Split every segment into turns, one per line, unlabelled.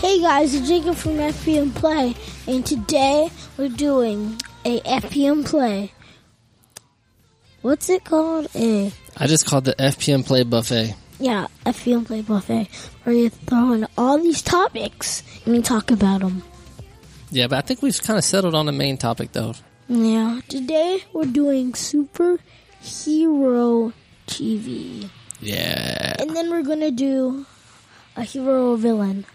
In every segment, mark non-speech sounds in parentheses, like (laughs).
Hey guys, it's Jacob from FPM Play, and today we're doing a FPM Play. What's it called? A
I just called the FPM Play Buffet.
yeah, FPM Play buffet where you throw in all these topics and we talk about them.
Yeah, but I think we've kind of settled on the main topic though.
Yeah, today we're doing superhero TV,
Yeah.
and then we're gonna do a hero or villain.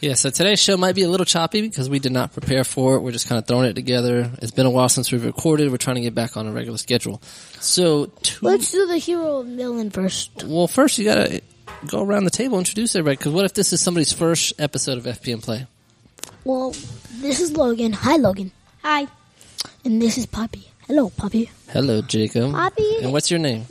Yeah, so today's show might be a little choppy because we did not prepare for it. We're just kind of throwing it together. It's been a while since we've recorded. We're trying to get back on a regular schedule. So, to,
Let's do the hero or villain first.
well, first you got to go around the table introduce everybody because what if this is somebody's first episode of FPM Play?
Well, this is Logan. Hi, Logan. Hi. And this is Poppy. Hello, Poppy.
Hello, Jacob.
Poppy.
And what's your name?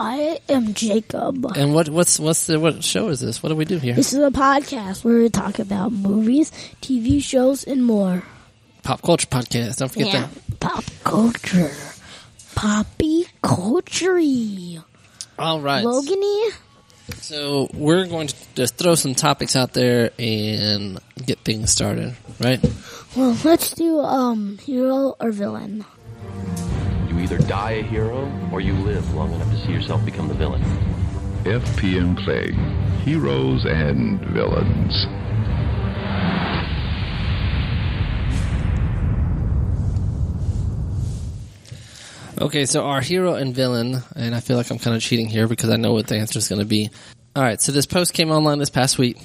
I am Jacob.
And what what's what's the what show is this? What do we do here?
This is a podcast where we talk about movies, TV shows, and more.
Pop culture podcast. Don't forget that.
Pop culture. Poppy culture
All right.
Logany?
So we're going to just throw some topics out there and get things started, right?
Well, let's do um hero or villain.
You either die a hero or you live long enough to see yourself become the villain.
FPM Play Heroes and Villains.
Okay, so our hero and villain, and I feel like I'm kind of cheating here because I know what the answer is going to be. All right, so this post came online this past week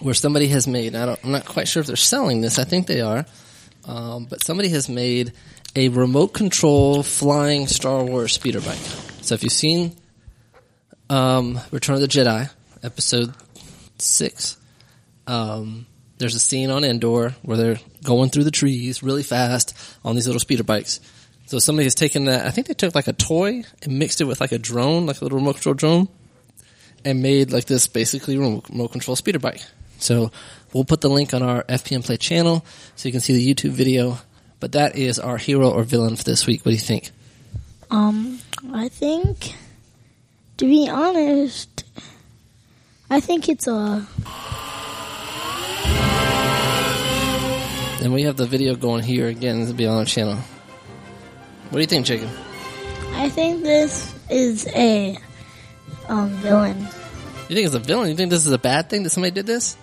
where somebody has made. I don't, I'm not quite sure if they're selling this. I think they are, um, but somebody has made a remote control flying Star Wars speeder bike. So if you've seen um, Return of the Jedi, Episode Six, um, there's a scene on Endor where they're going through the trees really fast on these little speeder bikes. So somebody has taken that. I think they took like a toy and mixed it with like a drone, like a little remote control drone, and made like this basically remote remote control speeder bike. So we'll put the link on our FPM Play channel so you can see the YouTube video. But that is our hero or villain for this week. What do you think?
Um, I think, to be honest, I think it's a
And we have the video going here again. It'll be on our channel. What do you think, Jacob?
I think this is a um, villain.
You think it's a villain? You think this is a bad thing that somebody did this?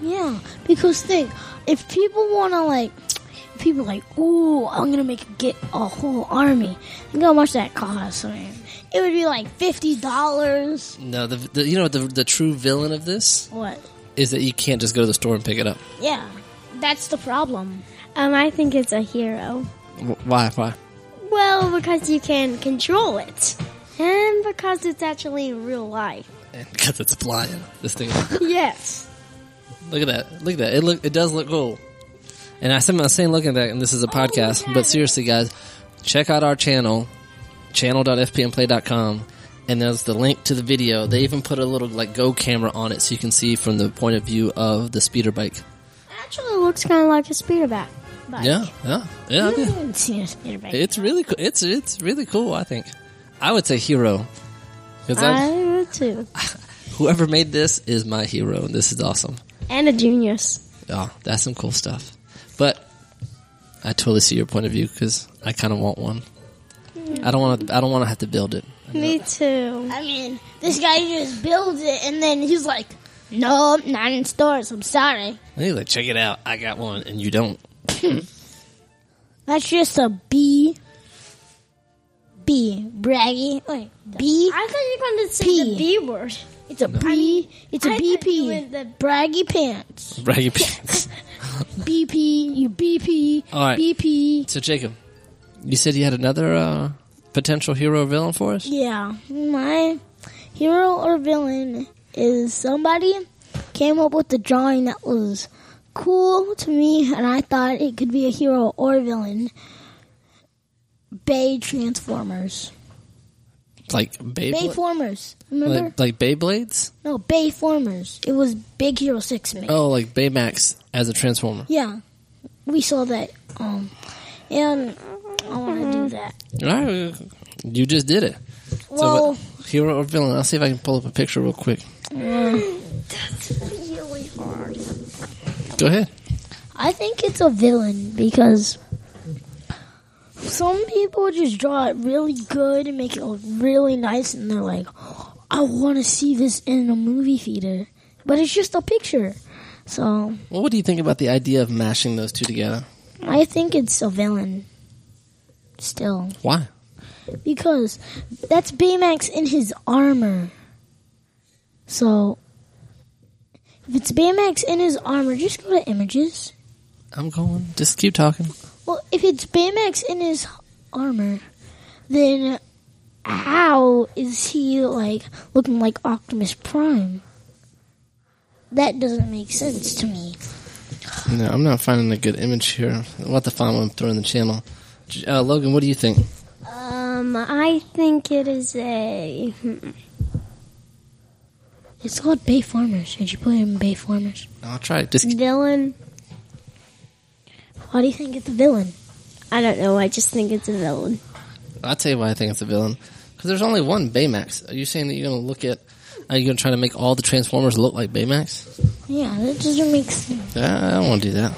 Yeah, because think if people want to like, if people like, ooh, I'm gonna make get a whole army. Think how much that costs? I mean, it would be like fifty dollars.
No, the, the you know the the true villain of this
What?
is that you can't just go to the store and pick it up.
Yeah, that's the problem.
Um, I think it's a hero.
Wh- Why? Why?
Well, because you can control it, and because it's actually
(laughs)
real life.
(laughs) Because it's flying. This thing.
Yes.
Look at that. Look at that. It look. It does look cool. And I said, I was saying, looking at that, and this is a podcast. But seriously, guys, check out our channel, channel.fpmplay.com, and there's the link to the video. They even put a little like go camera on it, so you can see from the point of view of the speeder bike.
Actually, looks kind of like a speeder bat.
(laughs)
Bike.
Yeah, yeah, yeah. I
I
do.
haven't seen a speeder bike.
It's really cool. It's it's really cool. I think I would say hero because
I would too.
whoever made this is my hero, and this is awesome.
And a genius.
Oh, that's some cool stuff. But I totally see your point of view because I kind of want one. I don't want to. I don't want to have to build it.
Me too.
I mean, this guy just builds it and then he's like, no, not in stores. I'm sorry.
And he's like, check it out. I got one, and you don't. (laughs)
That's just a B. B. Braggy. Wait, B.
I thought you were going to say
P.
the B word.
It's a B. It's a
I thought you
BP.
meant the-
Braggy pants.
(laughs) Braggy pants.
BP. You BP.
All right.
BP.
So Jacob, you said you had another uh, potential hero or villain for us.
Yeah. My hero or villain is somebody came up with a drawing that was cool to me, and I thought it could be a hero or villain. Bay Transformers.
Like Beyblade.
Bay Formers. Remember?
like, like Beyblades.
No, Bay Formers. It was Big Hero 6 made.
Oh, like Baymax as a transformer.
Yeah. We saw that. Um, and I want to do that.
All right, you just did it.
Well,
so, what- hero or villain? I'll see if I can pull up a picture real quick.
That's really hard.
Go ahead.
I think it's a villain because some people just draw it really good and make it look really nice, and they're like, I want to see this in a movie theater. But it's just a picture. So
Well, what do you think about the idea of mashing those two together?
I think it's a villain. Still.
Why?
Because that's Baymax in his armor. So, if it's Baymax in his armor, just go to images.
I'm going. Just keep talking.
Well, if it's Baymax in his armor, then how is he like looking like Optimus Prime? That doesn't make sense to me.
No, I'm not finding a good image here. I'll have to find one through in the channel. J- Uh, Logan, what do you think?
Um, I think it is a.
It's called Bay Farmers. Did you put it in Bay Farmers?
I'll try it. Just
Villain?
Why do you think it's a villain?
I don't know. I just think it's a villain.
I'll tell you why I think it's a villain. Because there's only one Baymax. Are you saying that you're going to look at? Are you going to try to make all the Transformers look like Baymax?
Yeah, that doesn't make sense.
Uh, I don't want to do that.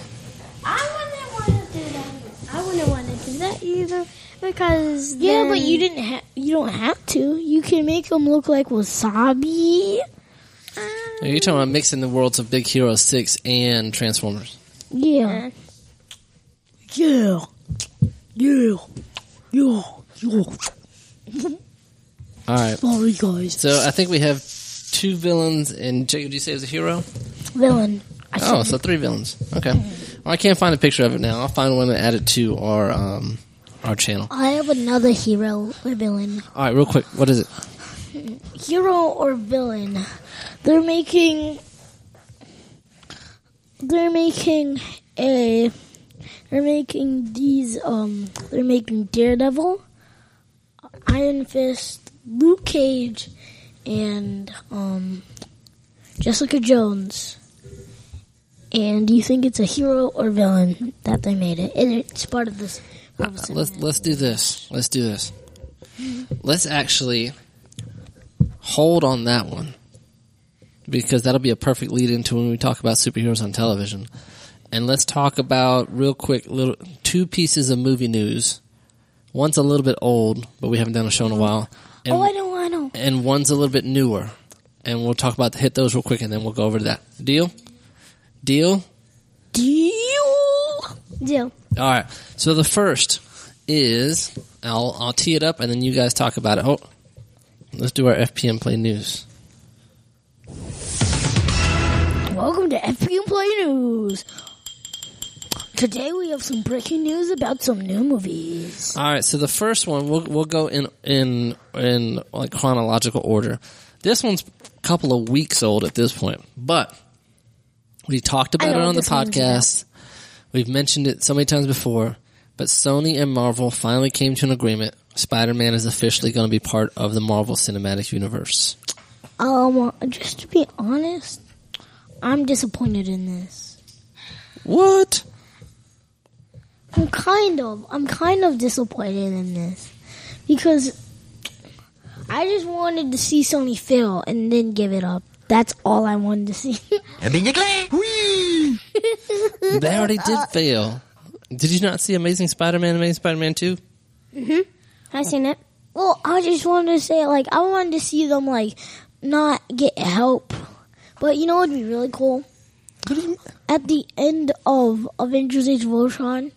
I wouldn't want to do that. I wouldn't want to do that either because.
Yeah,
then-
but you didn't have. You don't have to. You can make them look like wasabi.
Are you talking about mixing the worlds of Big Hero Six and Transformers?
Yeah. Yeah. Yeah. Yeah. Yeah.
All right.
Sorry, guys.
So I think we have two villains, and Jacob, do you say it was a hero?
Villain. I
Oh,
said-
so three villains. Okay. Well, I can't find a picture of it now. I'll find one and add it to our um, our channel.
I have another hero or villain.
All right, real quick. What is it?
Hero or villain? They're making. They're making a. They're making these. Um. They're making Daredevil, Iron Fist, Luke Cage, and um. Jessica Jones. And do you think it's a hero or villain that they made it? And it's part of this. Marvel
Let's
Cinematic-
let's do this. Let's do this. Let's actually hold on that one because that'll be a perfect lead into when we talk about superheroes on television. And let's talk about real quick little two pieces of movie news. One's a little bit old, but we haven't done a show in a while. And,
Oh, I know, I know.
and one's a little bit newer. And we'll talk about hit those real quick, and then we'll go over to that. Deal? Deal?
Deal.
Deal.
All right. So the first is I'll I'll tee it up and then you guys talk about it. Oh, let's do our FPM play news.
Welcome to FPM Play News. Today we have some breaking news about some new movies.
All right. So the first one we'll we'll go in in in like chronological order. This one's a couple of weeks old at this point, but we talked
I
about it
know what
on the
this one's
podcast. We've mentioned it so many times before, but Sony and Marvel finally came to an agreement. Spider-Man is officially going to be part of the Marvel Cinematic Universe.
Um, just to be honest, I'm disappointed in this.
What?
I'm kind of, I'm kind of disappointed in this because I just wanted to see Sony fail and then give it up. That's all I wanted to see. (laughs)
They already did
Uh,
fail. Did you not see Amazing Spider-Man, Amazing Spider-Man 2?
I seen it.
well, I just wanted to say, like, I wanted to see them like not get help. But you know what would be really cool? at the end of Avengers Age of Ultron,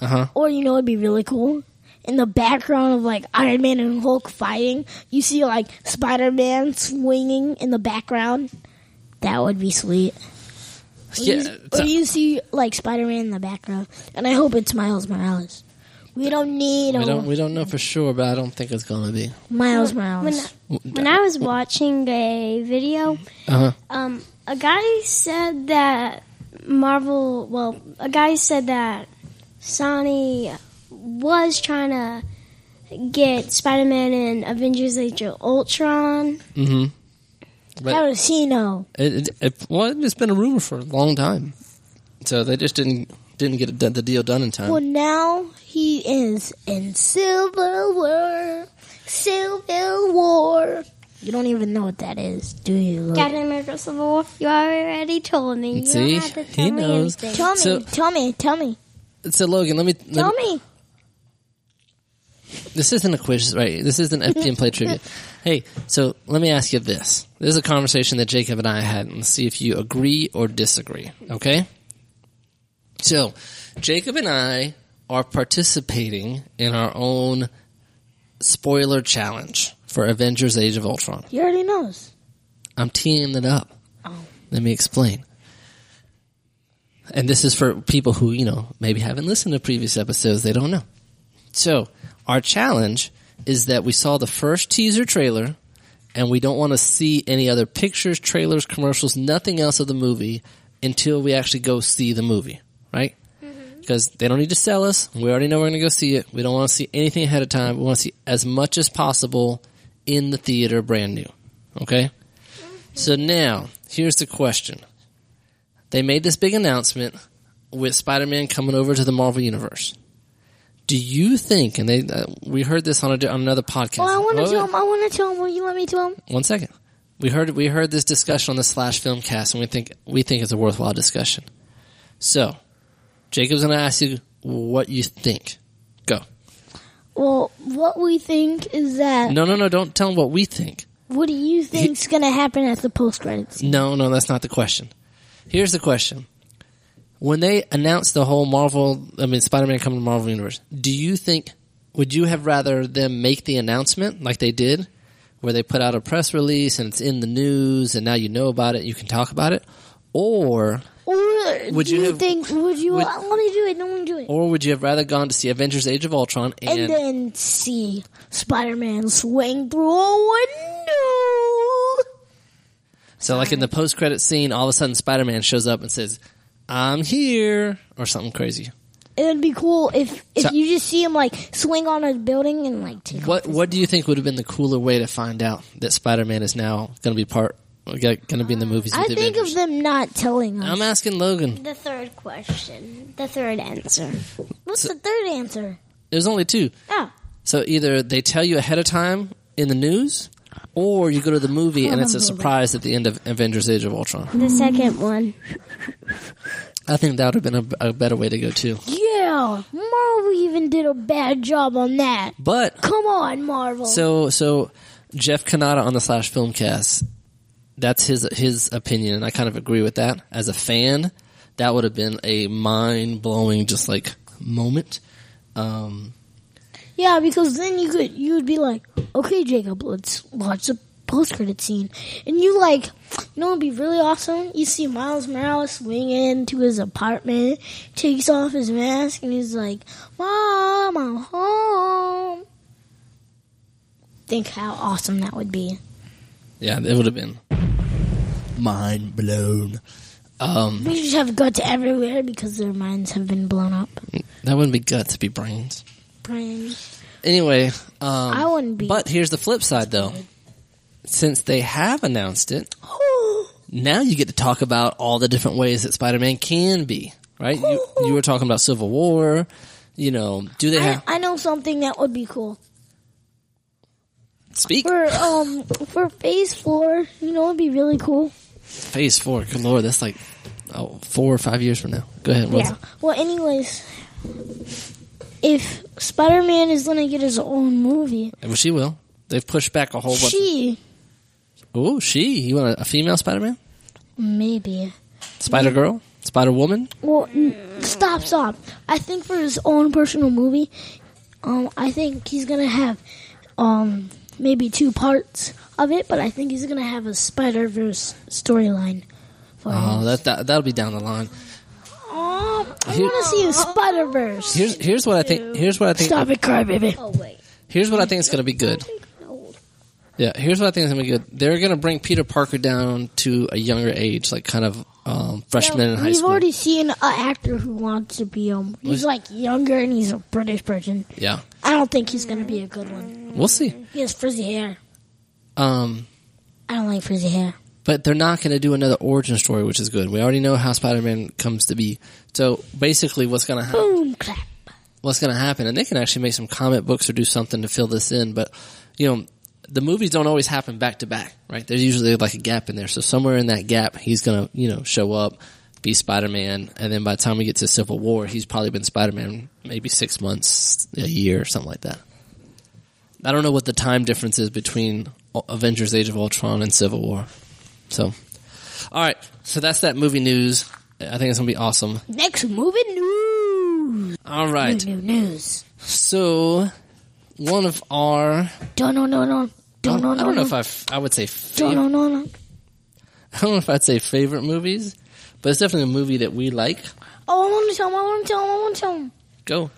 Uh-huh.
or you know, it'd be really cool. In the background of like Iron Man and Hulk fighting, you see like Spider Man swinging in the background. That would be sweet. Or,
Yeah.
you, or you see like Spider Man in the background, and I hope it's Miles Morales. We don't need
we
a
don't we don't know for sure, but I don't think it's going to be.
Miles
When
Morales.
when I was watching a video,
Uh-huh.
um, a guy said that Marvel. Well, a guy said that Sony was trying to get Spider-Man in Avengers: Age of Ultron.
Mhm.
That was Sino.
It, it, it, well, it's been a rumor for a long time. So they just didn't didn't get it done, the deal done in time.
Well, now he is in Civil War. Civil War. You don't even know what that is, do you? Luke?
Captain America Civil War. You already told me. You don't
See?
have to
He
tell me
knows.
anything.
Tell me,
So-
tell me, tell me,
So Logan, let me. Let
tell
me-
me.
This isn't a quiz, right? This isn't FPM play trivia. Hey, so let me ask you this. This is a conversation that Jacob and I had, and see if you agree or disagree. Okay. So, Jacob and I are participating in our own spoiler challenge for Avengers: Age of Ultron.
He already knows.
I'm teeing it up. Let me explain. And this is for people who, you know, maybe haven't listened to previous episodes, they don't know. So, our challenge is that we saw the first teaser trailer and we don't want to see any other pictures, trailers, commercials, nothing else of the movie until we actually go see the movie, right? Because they don't need to sell us. We already know we're going to go see it. We don't want to see anything ahead of time. We want to see as much as possible in the theater brand new. Okay? So now, here's the question. They made this big announcement with Spider-Man coming over to the Marvel Universe. Do you think? And they uh, we heard this on, a, on another podcast.
Well, I want
Wait,
to
wait,
tell him. I want to tell him. Will you let me tell him?
one second. We heard we heard this discussion on the Slash Film Cast, and we think we think it's a worthwhile discussion. So, Jacob's going to ask you what you think. Go.
Well, what we think is that.
No, no, no. Don't tell him what we think.
What do you think's gonna happen at the post credits?
No, no, that's not the question. Here's the question: When they announced the whole Marvel, I mean Spider-Man coming to Marvel Universe, do you think would you have rather them make the announcement like they did, where they put out a press release and it's in the news and now you know about it, you can talk about it, or
Or
Would
do
you
you,
have-
think? Would you?
would-
I want to do it. I want to do it.
Or would you have rather gone to see Avengers Age of Ultron and,
and then see Spider-Man swing through a window.
so like in the post credit scene, all of a sudden Spider Man shows up and says, I'm here or something crazy.
It'd be cool if if
So-
you just see him like swing on a building and like take
What what do you think would have been the cooler way to find out that Spider Man is now gonna be part gonna be in the movies with
I
the
think
Avengers?
of them not telling us.
I'm asking Logan.
The third question. The third answer.
What's the third answer?
There's only two.
Oh,
So either they tell you ahead of time in the news or you go to the movie and it's a surprise at the end of Avengers Age of Ultron.
The second one.
I think that would have been a, a better way to go too.
yeah, Marvel even did a bad job on that.
But
Come on, Marvel.
So so Jeff Kanata on the slash filmcast, that's his his opinion, and I kind of agree with that. As a fan, that would have been a mind blowing just like moment. Um,
Yeah, because then you could you would be like, okay, Jacob, let's watch the post credit scene, and you like, you know, it'd be really awesome. You see Miles Morales swing into his apartment, takes off his mask, and he's like, "Mom, I'm home." Think how awesome that would be.
yeah, it would have been mind blown. Um,
We just have guts everywhere because their minds have been blown up.
that wouldn't be guts, it'd be brains.
(gasps) Brian,
Anyway, um,
I wouldn't be.
But here's the flip side, though. Since they have announced it, now you get to talk about all the different ways that Spider-Man can be. Right? You, you were talking about Civil War. You know, do they
I,
have
I know something that would be cool.
speak
for um for phase four, you know, it'd be really cool.
Phase Four? Good lord, that's like oh, four or five years from now. Go ahead. what's-
Well, anyways, if Spider Man is gonna get his own movie,
Well, she will. They've pushed back a whole bunch.
she
Oh, she. You want a, a female Spider-Man?
maybe.
Spider Girl? Spider Woman?
Well, n- stop, stop. I think for his own personal movie, um, I think he's gonna have um maybe two parts of it, but I think he's gonna have a Spider Verse storyline. For
Oh,
him.
that, that that'll be down the line.
Um, I
Here-
want to see a Spider Verse.
Here's here's what I think. Here's what I think.
Stop it, crybaby.
Oh wait.
Here's what I think is going to be good. Yeah, here's what I think is going to be good. They're going to bring Peter Parker down to a younger age, like kind of um, freshman in high
We've
school.
already seen an actor who wants to be um. He's like younger and he's a British person.
yeah,
I don't think he's gonna be a good one.
we'll see.
He has frizzy hair.
Um,
I don't like frizzy hair.
but they're not going to do another origin story, which is good. We already know how Spider-Man comes to be. So basically, what's going to happen?
Boom clap.
what's going to happen, and they can actually make some comic books or do something to fill this in. But you know, the movies don't always happen back to back, right? There's usually like a gap in there. So somewhere in that gap, he's gonna, you know, show up, be Spider Man, and then by the time we get to Civil War, he's probably been Spider Man maybe six months, a year, or something like that. I don't know what the time difference is between Avengers: Age of Ultron and Civil War. So, all right, so that's that movie news. I think it's gonna be awesome.
Next movie news.
All right,
New news.
so one of our
Dun dun dun dun.
I
Dun
don't,
dun
I don't
dun
know if
dun.
I f- I would say (laughs) favorite.
Dun dun dun dun.
I don't know if I'd say favorite movies, but it's definitely a movie that we like.
Oh, I want to tell him. I want to tell him. I want to tell him.
Go.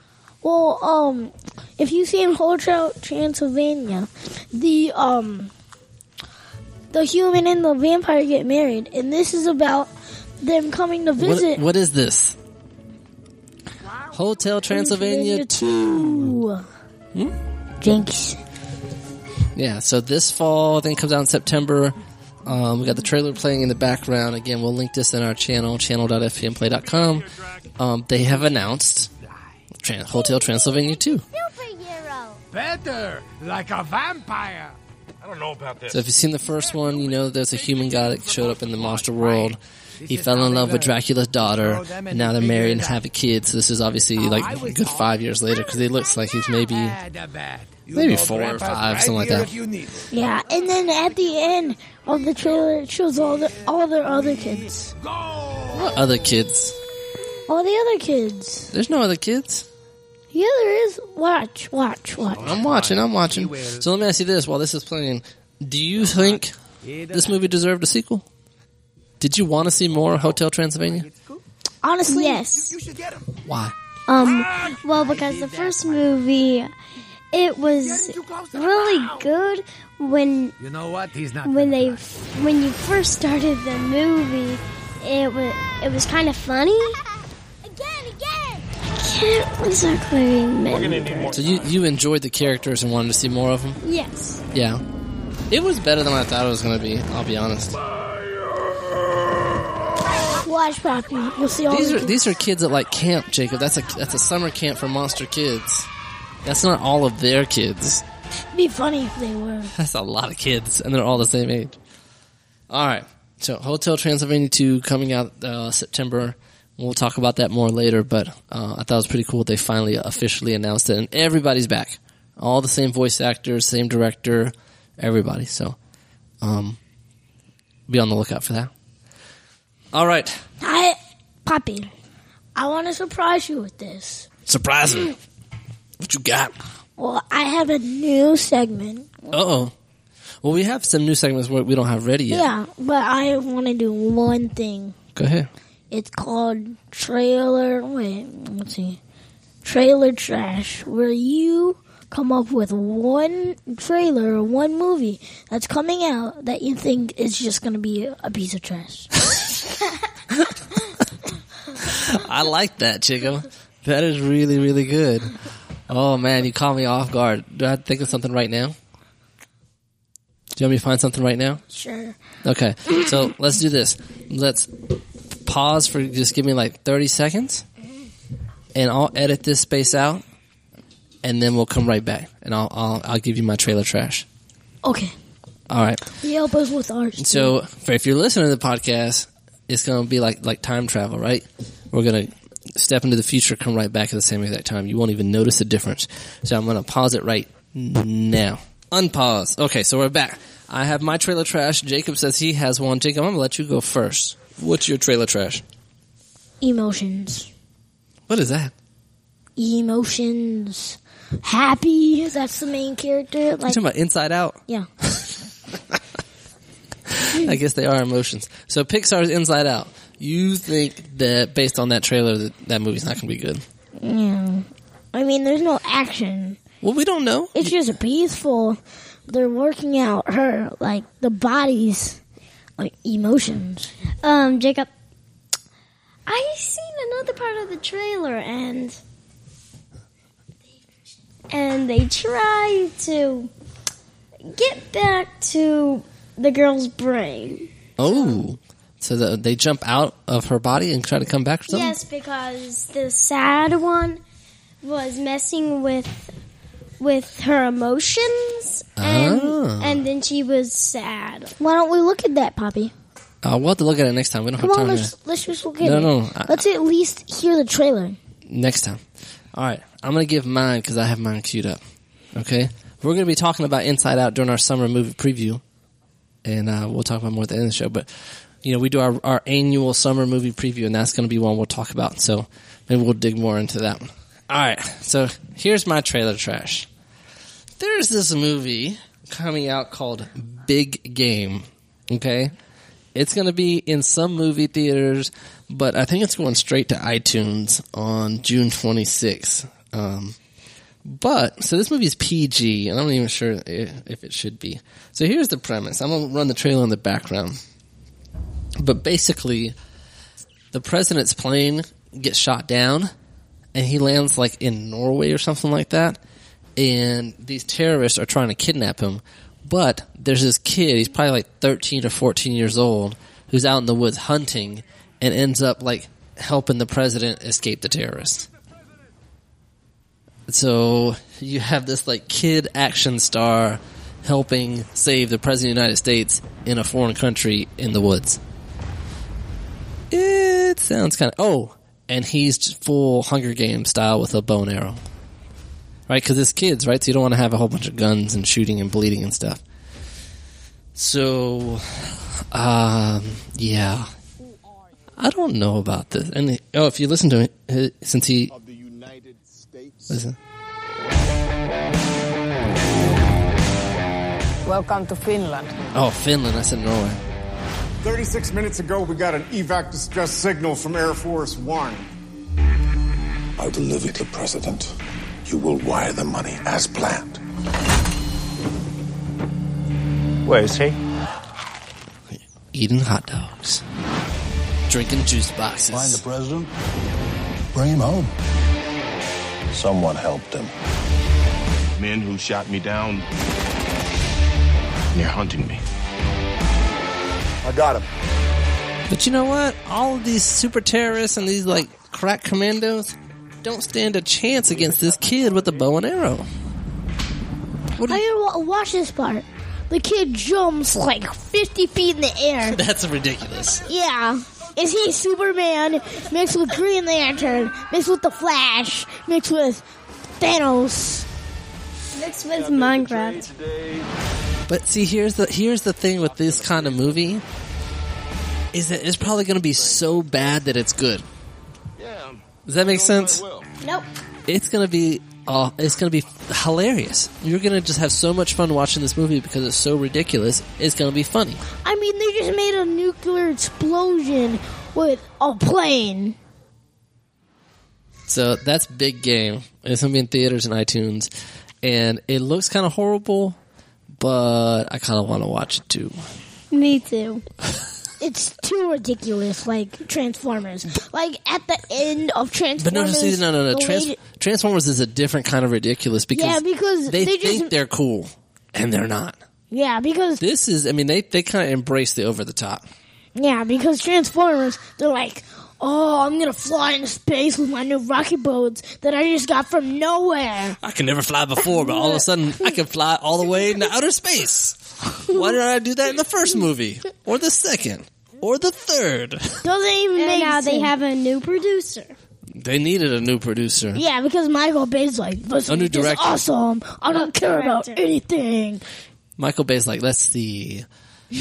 Well, um, if you see in Hotel Transylvania, the um, the human and the vampire get married, and this is about them coming to
What-
visit.
what is this? Hotel Transylvania 2. Hmm?
Jinx.
Yeah, so this fall, I think it comes out in September. Um, we got the trailer playing in the background. Again, we'll link this in our channel, channel.fpmplay.com. Um, they have announced Tran- Hotel Transylvania 2.
Better, like a vampire.
I don't know about this.
So if you've seen the first one, you know there's a human guy that showed up in the monster world. He fell in love with Dracula's daughter, and now they're married and have a kid. So this is obviously like a good five years later because he looks like he's maybe.
Bad, uh, bad. You
Maybe
know
four or
Grandpa's
five,
right
something like
here
that.
if you need it.
Yeah, and then at the end of the trailer, it shows all the all their other kids,
Go!
What other kids?
all the other kids.
There's no other kids.
Yeah, there is. Watch, watch, watch.
I'm watching. I'm watching. So let me ask you this: while this is playing, do you think this movie deserved a sequel? Did you want to see more Hotel Transylvania?
Honestly,
Yes.
You should get him.
Why?
Um, well, because the first movie, it was really good when
You know what? He's not.
when
gonna
they
die.
when you first started the movie. It was it was kind of funny. again, again. Can't exactly remember.
So you you enjoyed the characters and wanted to see more of them?
Yes.
Yeah. It was better than I thought it was going to be. I'll be honest.
watch, Poppy. You'll see all
These
the
are
kids.
these are kids that like camp, Jacob. That's a that's a summer camp for monster kids. That's not all of their kids. (laughs)
It'd be funny if they were.
That's a lot of kids, and they're all the same age. All right. So Hotel Transylvania two coming out uh, September. We'll talk about that more later, but uh, I thought it was pretty cool. They finally officially announced it, and everybody's back. All the same voice actors, same director, everybody. So, um, be on the lookout for that. All right,
I, Poppy, I want to surprise you with this.
surprise me. What you got?
Well, I have a new segment.
Uh oh. Well, we have some new segments where we don't have ready yet.
Yeah, but I want to do one thing.
Go ahead.
It's called trailer. Wait, let's see. Trailer trash, where you come up with one trailer or one movie that's coming out that you think is just going to be a piece of trash.
I like that, Chico. That is really, really good. Oh man, you caught me off guard. Do I think of something right now? Do you want me to find something right now?
Sure.
Okay, so let's do this. Let's pause for just give me like 30 seconds, and I'll edit this space out, and then we'll come right back, and I'll I'll, I'll give you my trailer trash.
Okay.
All right.
You help us with ours.
So for if you're listening to the podcast, it's going to be like like time travel, right? We're going to step into the future, come right back at the same exact time. You won't even notice the difference. So I'm going to pause it right now. Unpause. Okay, so we're back. I have my trailer trash. Jacob says he has one. Jacob, I'm going to let you go first. What's your trailer trash?
Emotions.
What is that?
emotions. Happy, that's the main character.
You
Like,
talking about Inside Out?
yeah.
I guess they are emotions. So Pixar's Inside Out. You think that based on that trailer, that, that movie's not going to be good?
Yeah. I mean, there's no action.
Well, we don't know.
It's just peaceful. They're working out her, like, the body's like, emotions.
Um, Jacob. I seen another part of the trailer and and they try to get back to the girl's brain.
Oh, so the, they jump out of her body and try to come back or something?
Yes, because the sad one was messing with with her emotions, and
Ah.
and then she was sad.
Why don't we look at that, Poppy?
Uh, we'll have to look at it next time. We don't
Come
have
on,
time.
let's
To,
let's just look at
No,
it.
no, I-
let's at least hear the trailer.
next time. All right. I'm going to give mine because I have mine queued up. Okay. We're going to be talking about Inside Out during our summer movie preview. And uh, we'll talk about more at the end of the show. But, you know, we do our, our annual summer movie preview, and that's going to be one we'll talk about. So maybe we'll dig more into that one. All right. So here's my trailer trash. There's this movie coming out called Big Game. Okay. It's going to be in some movie theaters, but I think it's going straight to iTunes on June 26th. Um, but so this movie is PG, and I'm not even sure i- if it should be. So here's the premise. I'm going to run the trailer in the background. But basically, the president's plane gets shot down, and he lands like in Norway or something like that. And these terrorists are trying to kidnap him, but there's this kid. He's probably like 13 or 14 years old who's out in the woods hunting, and ends up like helping the president escape the terrorists so you have this like kid action star helping save the president of the United States in a foreign country in the woods. It sounds kind of oh, and he's just full Hunger Games style with a bow and arrow, right? Because it's kids, right? So you don't want to have a whole bunch of guns and shooting and bleeding and stuff. So, um, yeah, I don't know about this. And oh, if you listen to it, uh, since he
of the United States.
listen.
Welcome to Finland.
Oh, Finland. I said Norway.
36 minutes ago, we got an evac distress signal from Air Force One.
I delivered the president. You will wire the money as planned.
Where is he?
eating hot dogs, drinking juice boxes.
Find the president. Bring him home. Someone helped him.
Men who shot me down. They're hunting me.
I got him.
but you know what? All of these super terrorists and these like crack commandos don't stand a chance against this kid with a bow and arrow. What do
I
you-
gotta wa- watch this part. The kid jumps like 50 feet in the air.
(laughs) That's ridiculous.
Yeah. Is he Superman mixed with Green Lantern, mixed with The Flash, mixed with Thanos?
Mixed with Minecraft.
But see, here's the here's the thing with this kind of movie is that it's probably going to be so bad that it's good. Does that make sense?
Nope.
it's gonna be uh, it's gonna be hilarious. You're gonna just have so much fun watching this movie because it's so ridiculous. It's gonna be funny.
I mean, they just made a nuclear explosion with a plane.
So that's big game. It's gonna be in theaters and iTunes, and it looks kind of horrible, but I kind of want to watch it too.
Me too.
It's too ridiculous, like Transformers. Like at the end of
But no,
Transformers,
no, see, no, no, no.
the
Trans-
lady-
Transformers is a different kind of ridiculous because
Yeah, because
they,
they just-
think they're cool and they're not.
yeah, because
This is, I mean, they they kind of embrace the over the top.
yeah, because Transformers, they're like, oh, I'm gonna fly into space with my new rocket boats that I just got from nowhere.
I can never fly before, but (laughs) all of a sudden I can fly all the way into outer space. Why did I do that in the first movie? Or the second? Or the third?
Doesn't even
And
make
now they
sense.
have a new producer.
They needed a new producer.
Yeah, because Michael Bay's like, this
A new
is
director.
awesome. I don't care about
director.
anything.
Michael Bay's like, let's see.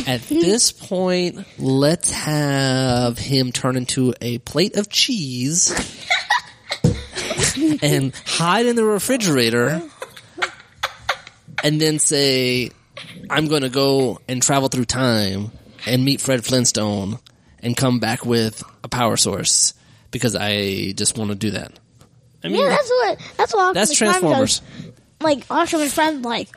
At this point, let's have him turn into a plate of cheese and hide in the refrigerator and then say, I'm going to go and travel through time and meet Fred Flintstone and come back with a power source because I just want to do that. I mean,
Yeah, that's what that's what
that's
Optimus Prime
Transformers.
does. Like Oscar and friend, like,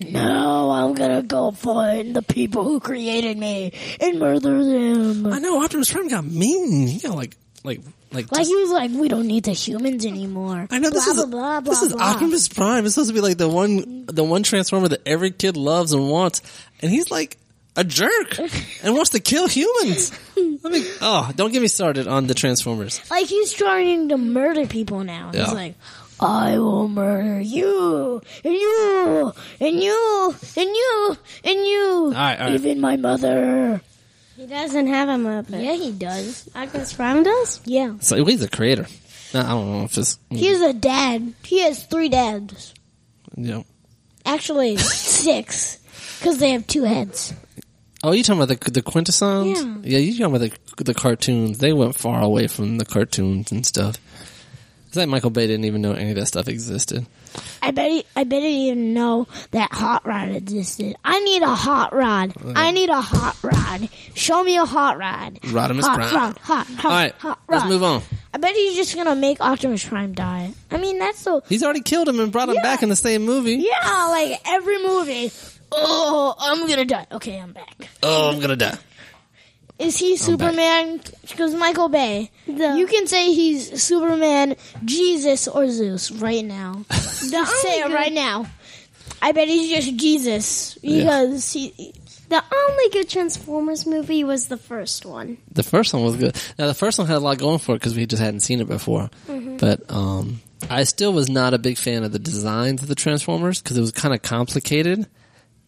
no, I'm gonna go find the people who created me and murder them.
I know Optimus Prime got mean. He got like, like, like,
Like he was like, we don't need the humans anymore.
I know
blah,
this is
blah, blah, blah,
this is
blah.
Optimus Prime. It's supposed to be like the one the one Transformer that every kid loves and wants, and he's like a
(laughs)
jerk and wants to kill humans. I mean, oh, don't get me started on the Transformers.
Like he's trying to murder people now.
Yeah.
He's like, I will murder you, and you, and you, and you, and you,
right, all right.
even my mother.
He doesn't have a Muppet.
Yeah, he does.
Agnes Prime does?
Yeah.
So he's a creator. No, I don't know if it's
He's a dad. He has three dads.
you know.
(laughs) Actually, six. Because they have two heads.
Oh, you talking about the the quintessons?
Yeah.
you talking about the the cartoons? They went far away from the cartoons and stuff. It's like Michael Bay didn't even know any of that stuff existed.
I bet he, I bet he didn't know that hot rod existed. I need a hot rod. I need a hot rod. Show me a hot rod.
Rodimus
hot
Prime.
Rod, hot, hot,
All right,
hot rod.
let's move on.
I bet he's just gonna make Optimus Prime die. I mean, that's so.
He's already killed him and brought him
Yeah.
back in the same movie.
Yeah, like every movie. Oh, I'm gonna die. Okay, I'm back.
Oh, I'm gonna die.
Is he Superman? Because Michael Bay. you can say he's Superman, Jesus, or Zeus right
(laughs)
now.
Oh
Just say it right now. I bet he's just Jesus because he.
The only good Transformers movie was the first one.
The first one was good. Now the first one had a lot going for it because we just hadn't seen it before. But um, I still was not a big fan of the designs of the Transformers because it was kind of complicated.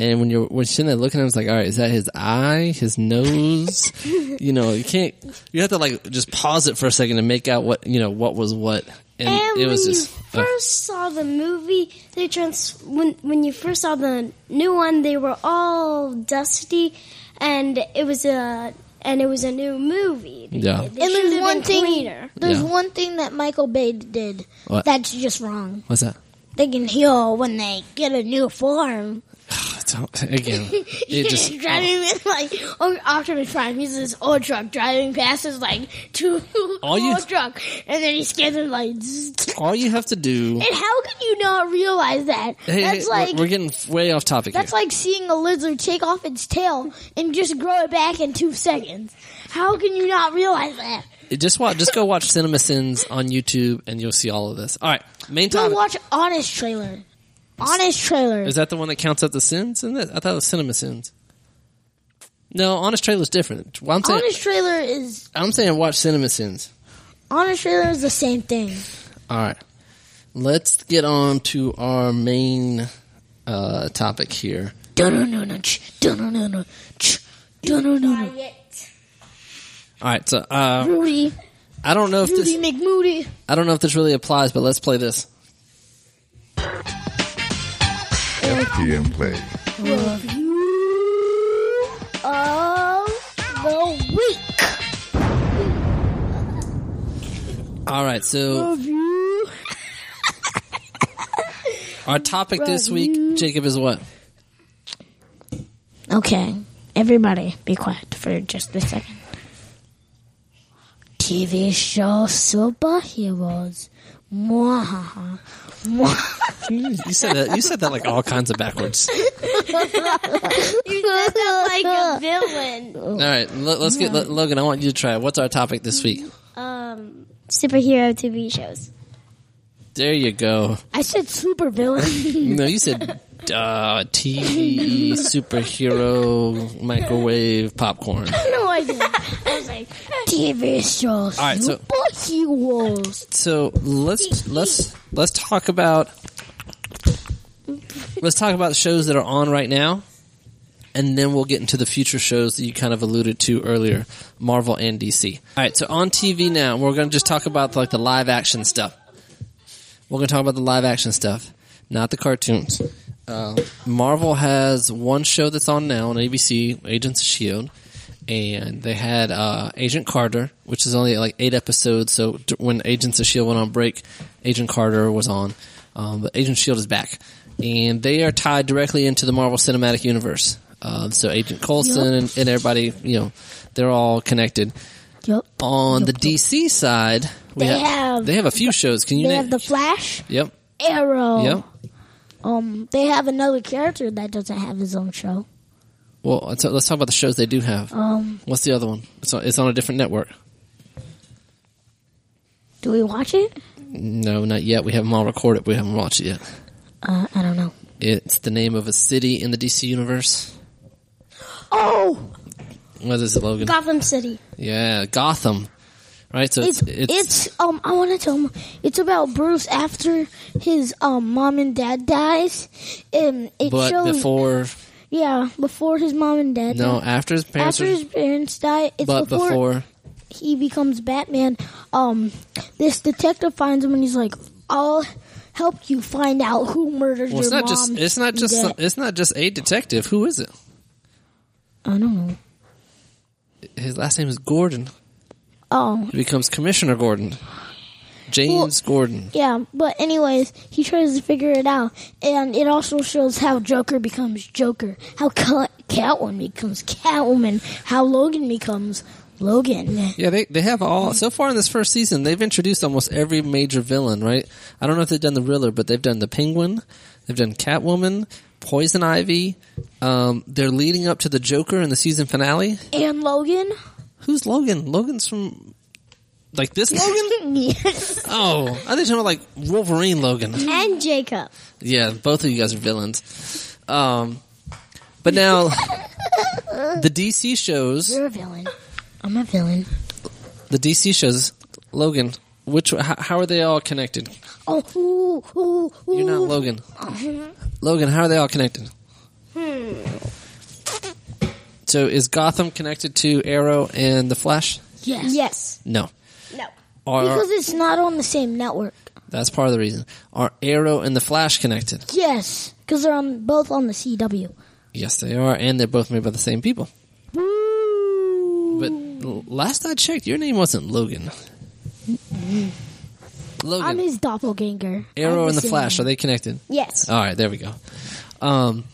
And when you're when she's in there looking at him, it's like, all right, is that his eye, his nose? you know, you can't. You have to like just pause it for a second to make out what you know what was what. And,
And
it was
when
just
you
uh,
first saw the movie, they trans when when you first saw the new one, they were all dusty, and it was a and it was a new movie.
Yeah.
They
And
should've
there's one
been
thing.
cleaner.
There's
Yeah.
one thing that Michael Bay did
What?
that's just wrong.
what's that? (sighs)
They can heal when they get a new form.
It's- Again,
(laughs)
it
Yeah,
just
driving in, like on Optimus Prime. He's this old truck driving past his like (laughs) two
All you-
old truck, and then he scans him like. (laughs) zzz.
all you have to do.
And how can you not realize that?
Hey,
that's
hey, we're-
like
we're, getting way off topic.
that's
here.
like seeing a lizard take off its tail and just grow it back in two seconds. How can you not realize that?
just watch. Just go watch CinemaSins on YouTube, and you'll see all of this. All right, main
Go
topic.
watch Honest Trailer. Honest Trailer.
Is that the one that counts up the sins? And that I thought it was CinemaSins. No, Honest Trailer's different. Well, I'm saying
Honest Trailer is
I'm saying watch CinemaSins.
Honest Trailer is the same thing.
All right, let's get on to our main uh, topic here.
Dun-dun-dun-dun-ch, dun-dun-dun-dun-ch, dun-dun-dun-dun.
All right, so uh,
Rudy,
I don't know if
Rudy
this
McMoody.
I don't know if this really applies, but let's play this.
FPM Play.
Oh, the week.
All right, so (laughs) our topic this week, Jacob, is what?
Okay, everybody, be quiet for just a second. TV show superheroes. Mwahaha.
Mm, You said that. You said that like all kinds of
(laughs)
backwards.
You said that
Uh,
like a
Oh.
villain.
All right, Lo- let's get Lo- Logan. I want you to try. it. What's our topic this week?
Um, superhero TV shows.
There you go.
I said supervillain.
(laughs) No, you said uh, TV superhero microwave popcorn.
no, I didn't. I was like, TV show
right, so-
superheroes.
So let's let's let's talk about let's talk about shows that are on right now, and then we'll get into the future shows that you kind of alluded to earlier, Marvel and DC. All right, so on TV now, we're going to just talk about like the live action stuff. We're going to talk about the live action stuff, not the cartoons. Uh, Marvel has one show that's on now on ABC, Agents of Shield, and they had uh, Agent Carter, which is only like eight episodes. So E d- when Agents of Shield went on break, Agent Carter was on, um, but Agent Shield is back, and they are tied directly into the Marvel Cinematic Universe. Uh, so Agent Coulson and, and everybody, you know, they're all connected.
Yep.
On the DC side, we
They
ha-
have-
they have a few shows. Can you
They
name?
have the Flash,
yep,
Arrow.
yep.
Um, they have another character that doesn't have his own show.
Well, let's, let's talk about the shows they do have.
Um,
What's the other one? It's on, it's on a different network.
do we watch it?
No, not yet. We haven't all recorded. We haven't watched it yet.
Uh, I don't know.
It's the name of a city in the DC universe.
Oh,
What is it, Logan?
Gotham City.
yeah, Gotham. right? So
It's, it's um I want to tell him it's about Bruce after his um mom and dad dies, and it
but
shows
before
yeah before his mom and dad
no
die.
after his parents,
after
are-
his parents die it's
but
before,
before
he becomes Batman. Um, this detective finds him and he's like, I'll help you find out who murdered your
well, it's not
mom.
just it's not
and
just
dad."
some, it's not just a detective. Who is it?
I don't know.
His last name is Gordon.
Oh
He becomes Commissioner Gordon, James Gordon.
yeah, but anyways, he tries to figure it out, and it also shows how Joker becomes Joker, how Cat- Catwoman becomes Catwoman, how Logan becomes Logan.
Yeah, they they have all so far in this first season. They've introduced almost every major villain, right? I don't know if they've done the Riddler, but they've done the Penguin, they've done Catwoman, Poison Ivy. Um, they're leading up to the Joker in the season finale.
And
(laughs)
Logan, (laughs)
Who's Logan? Logan's from like
(laughs)
this Logan.
yes,
Oh, I think you're talking about like Wolverine Logan.
And Jacob.
Yeah, both of you guys are villains. Um, but now the DC shows,
you're a villain. I'm a villain.
the DC shows, Logan. Which how, how are they all connected?
Oh, ooh, ooh, ooh.
You're not Logan.
Uh-huh.
Logan, how are they all connected? Hmm. So is Gotham connected to Arrow and the Flash?
Yes.
Yes.
No.
No.
Are,
Because it's not on the same network.
that's part of the reason. Are Arrow and the Flash connected?
Yes, because they're on both on the CW.
Yes, they are, and they're both made by the same people. But l- last I checked, your name wasn't Logan. Logan,
I'm his doppelganger.
Arrow,
I'm
and the
same.
Flash, are they connected?
Yes.
All right, there we go. Um,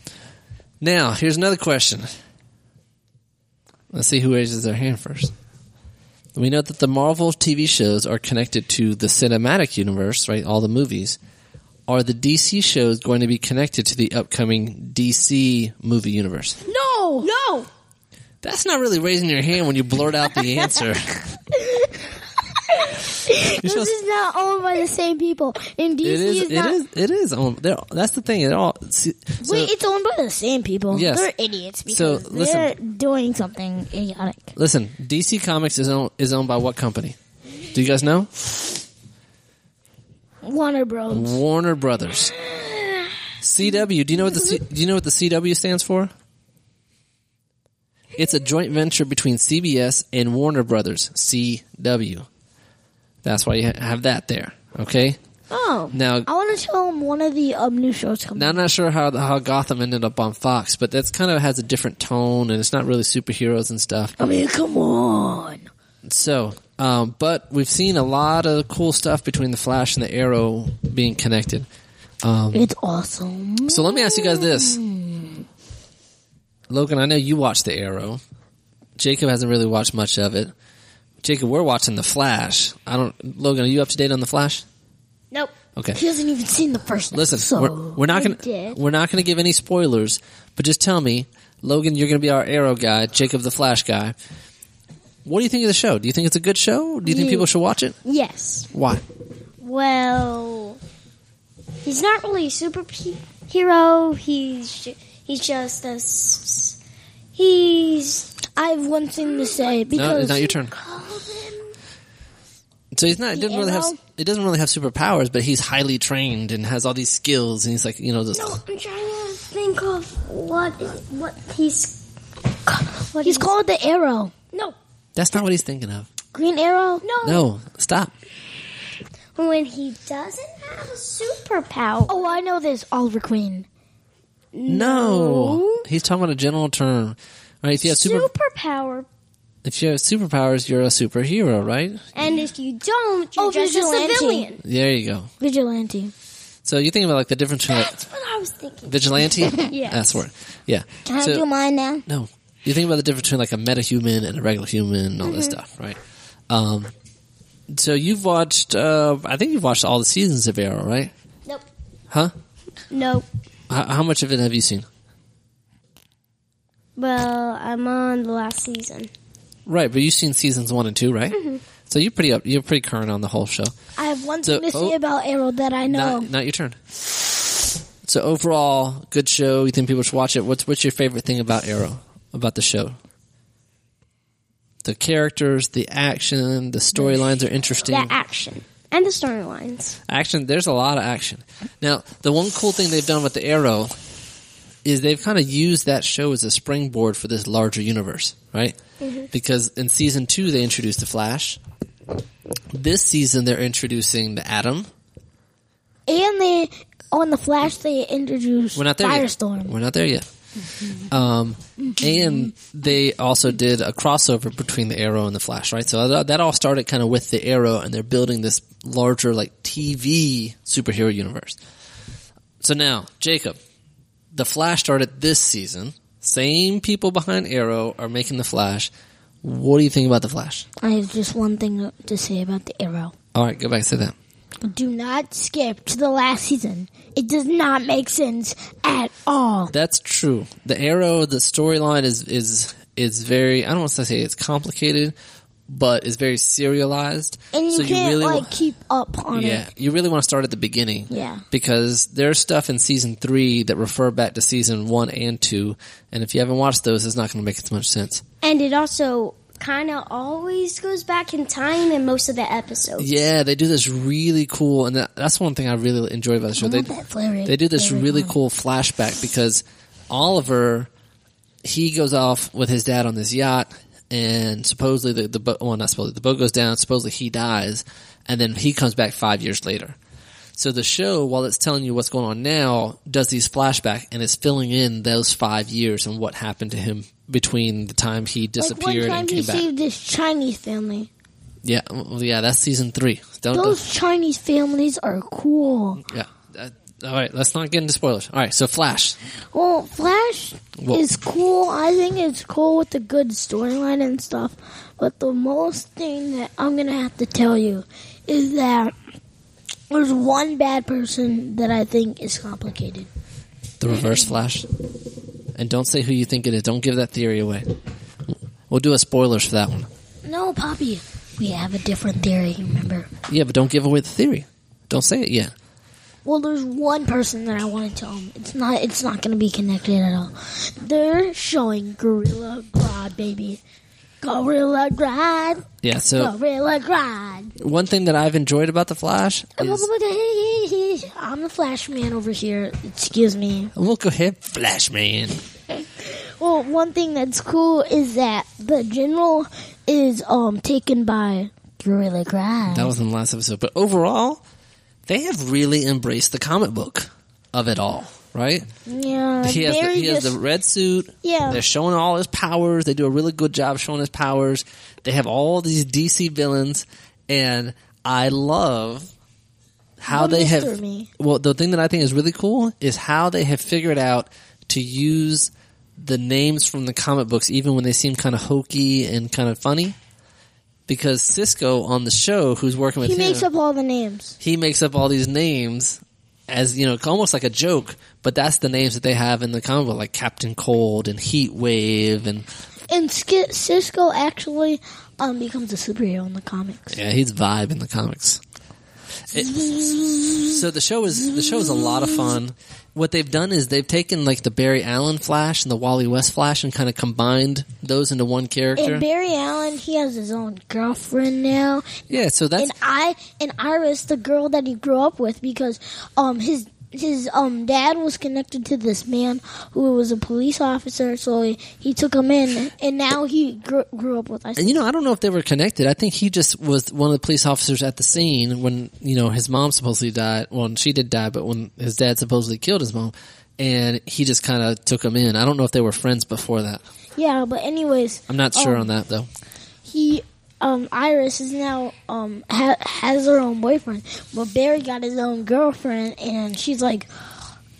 now here's another question. Let's see who raises their hand first. We know that the Marvel TV shows are connected to the cinematic universe, right? All the movies. Are the DC shows going to be connected to the upcoming DC movie universe?
No,
No.
That's not really raising your hand when you blurt
(laughs)
out the answer. You're
this
supposed-
is not owned by the same people. And DC
it is. It
not.
is. It is. Um, they're- that's the thing. It all. See, so,
Wait, it's owned by the same people.
Yes.
They're idiots because
So, listen.
they're doing something idiotic.
listen, DC Comics is owned, is owned by what company? Do you guys know?
Warner Bros.
Warner Brothers. CW. Do you know what the C, Do you know what the CW stands for? It's a joint venture between CBS and Warner Brothers. CW. That's why you ha- have that there. Okay.
Oh,
Now
I want to tell them one of the um, new shows coming.
Now
out.
I'm not sure how how Gotham ended up on Fox, but that's kind of has a different tone, and it's not really superheroes and stuff.
I mean, come on.
So, um, but we've seen a lot of cool stuff between the Flash and the Arrow being connected.
It's awesome.
So let me ask you guys this, Logan. I know you watched the Arrow. Jacob hasn't really watched much of it. Jacob, we're watching the Flash. I don't. Logan, are you up to date on the Flash?
Nope.
Okay.
He hasn't even seen the first
Listen,
episode.
we're, we're not
I
going to
did.
we're not going to give any spoilers, but just tell me, Logan, you're going to be our Arrow guy, Jacob the Flash guy. What do you think of the show? Do you think it's a good show? Do you think
Yeah.
people should watch it?
Yes.
Why?
Well, he's not really a superhero. He's ju- he's just a s- he's
I have one thing to say
No,
because
it's not your turn. So he's not.
The
It doesn't really have.
Arrow?
It doesn't really have superpowers, but he's highly trained and has all these skills, and he's like you know this.
no. I'm trying to think of what is, what he's what
he's called the Arrow.
no
That's not what he's thinking of.
Green Arrow.
no
No, stop.
when he doesn't have a superpower.
Oh, I know this. Oliver Queen.
No, he's talking about a general term. All right, if you have super,
superpower.
if you have superpowers, you're a superhero, right?
And if you don't, you're
Oh,
just a
vigilante.
civilian.
There you go.
Vigilante.
So you think about like the difference between like,
That's what I was thinking. (laughs)
vigilante.
Yes.
that's the word. Yeah.
Can
So-
I do mine now?
No. You think about the difference between like a metahuman and a regular human and all
Mm-hmm.
this stuff, right? Um, so you've watched, uh, I think you've watched all the seasons of Arrow, right?
Nope.
Huh?
Nope.
How, how much of it have you seen?
Well, I'm on the last season. Mm-hmm.
Right, but you've seen seasons one and two, right? So you're pretty up, you're pretty current on the whole show.
I have one
So-
thing to say
oh.
about Arrow that I know.
Not, not your turn. So overall, good show. You think people should watch it? What's what's your favorite thing about Arrow? About the show? the characters, the action, the storylines are interesting.
The action and the storylines.
action, there's a lot of action. Now, the one cool thing they've done with the Arrow is they've kind of used that show as a springboard for this larger universe, right? Because in season two, they introduced the Flash. This season, they're introducing the Atom.
And they on the Flash they introduced
We're not there yet.
Firestorm.
We're not there yet. Um, and they also did a crossover between the Arrow and the Flash, right? So that, that all started kind of with the Arrow, and they're building this larger like TV superhero universe. So now, Jacob, the Flash started this season. Same people behind Arrow are making the Flash. What do you think about the Flash?
I have just one thing to say about the Arrow.
All right, go back and say that.
Do not skip to the last season. It does not make sense at all.
That's true. The Arrow, the storyline is is is very. I don't want to say it's complicated, but it's very serialized.
And you
so
can't
you really
like keep up on
yeah,
it.
you really want to start at the beginning.
Yeah.
because there's stuff in season three that refer back to season one and two, and if you haven't watched those, it's not going to make as much sense.
And it also kind of always goes back in time in most of the episodes.
Yeah, they do this really cool, and that, that's one thing I really enjoy about the show.
I
They
want that flavor-
they do this
flavor
really
one.
cool flashback because Oliver he goes off with his dad on this yacht, and supposedly the the boat well not supposedly the boat goes down. Supposedly he dies, and then he comes back five years later. So the show, while it's telling you what's going on now, does these flashback and is filling in those five years and what happened to him between the time he
Like one
disappeared
time
and
he
came back.
saved this Chinese family.
yeah, well, yeah, that's season 3 Don't- don't-
Those Chinese families are cool.
Yeah. Uh, all right, let's not get into spoilers. All right, so Flash.
Well, Flash
Well-
is cool. I think it's cool with the good storyline and stuff. But the most thing that I'm gonna have to tell you is that there's one bad person that I think is complicated.
The reverse Flash. And don't say who you think it is. Don't give that theory away. We'll do a spoilers for that one.
No, Poppy, we have a different theory. Remember?
Yeah, but don't give away the theory. Don't say it yet.
Well, there's one person that I want to tell him. It's not. It's not gonna be connected at all. They're showing Gorilla Grodd, baby. Gorilla Grodd.
Yeah, so
Gorilla Grodd.
one thing that I've enjoyed about The Flash
(laughs)
is.
I'm the Flash man over here. Excuse me.
Look ahead, Flash Man.
Well, one thing that's cool is that the general is um taken by Gorilla Grodd.
That was in the last episode. But overall, they have really embraced the comic book of it all, right?
yeah,
he has, the,
very
he has
just-
the red suit.
Yeah.
They're showing all his powers. They do a really good job showing his powers. They have all these DC villains, and I love how
Don't
they
mister
have.
me.
Well, the thing that I think is really cool is how they have figured out to use the names from the comic books, even when they seem kind of hokey and kind of funny. Because Cisco on the show, who's working with
he
him,
makes up all the names.
he makes up all these names as you know, almost like a joke. But that's the names that they have in the comic book, like Captain Cold and Heat Wave, and
And Sk- Cisco actually um becomes a superhero in the comics.
yeah, he's Vibe in the comics. It- so the show is the show is a lot of fun. What they've done is they've taken like the Barry Allen Flash and the Wally West Flash and kind of combined those into one character.
And Barry Allen, he has his own girlfriend now.
yeah, so that's
and I and Iris, the girl that he grew up with, because um his his um dad was connected to this man who was a police officer, so he, he took him in, and now he grew, grew up with us.
And you know, I don't know if they were connected. I think he just was one of the police officers at the scene when you know his mom supposedly died. Well, she did die, but when his dad supposedly killed his mom, and he just kind of took him in. I don't know if they were friends before that.
Yeah, but anyways,
I'm not sure
um,
on that though.
He um Iris is now um ha- has her own boyfriend, but Barry got his own girlfriend, and she's like.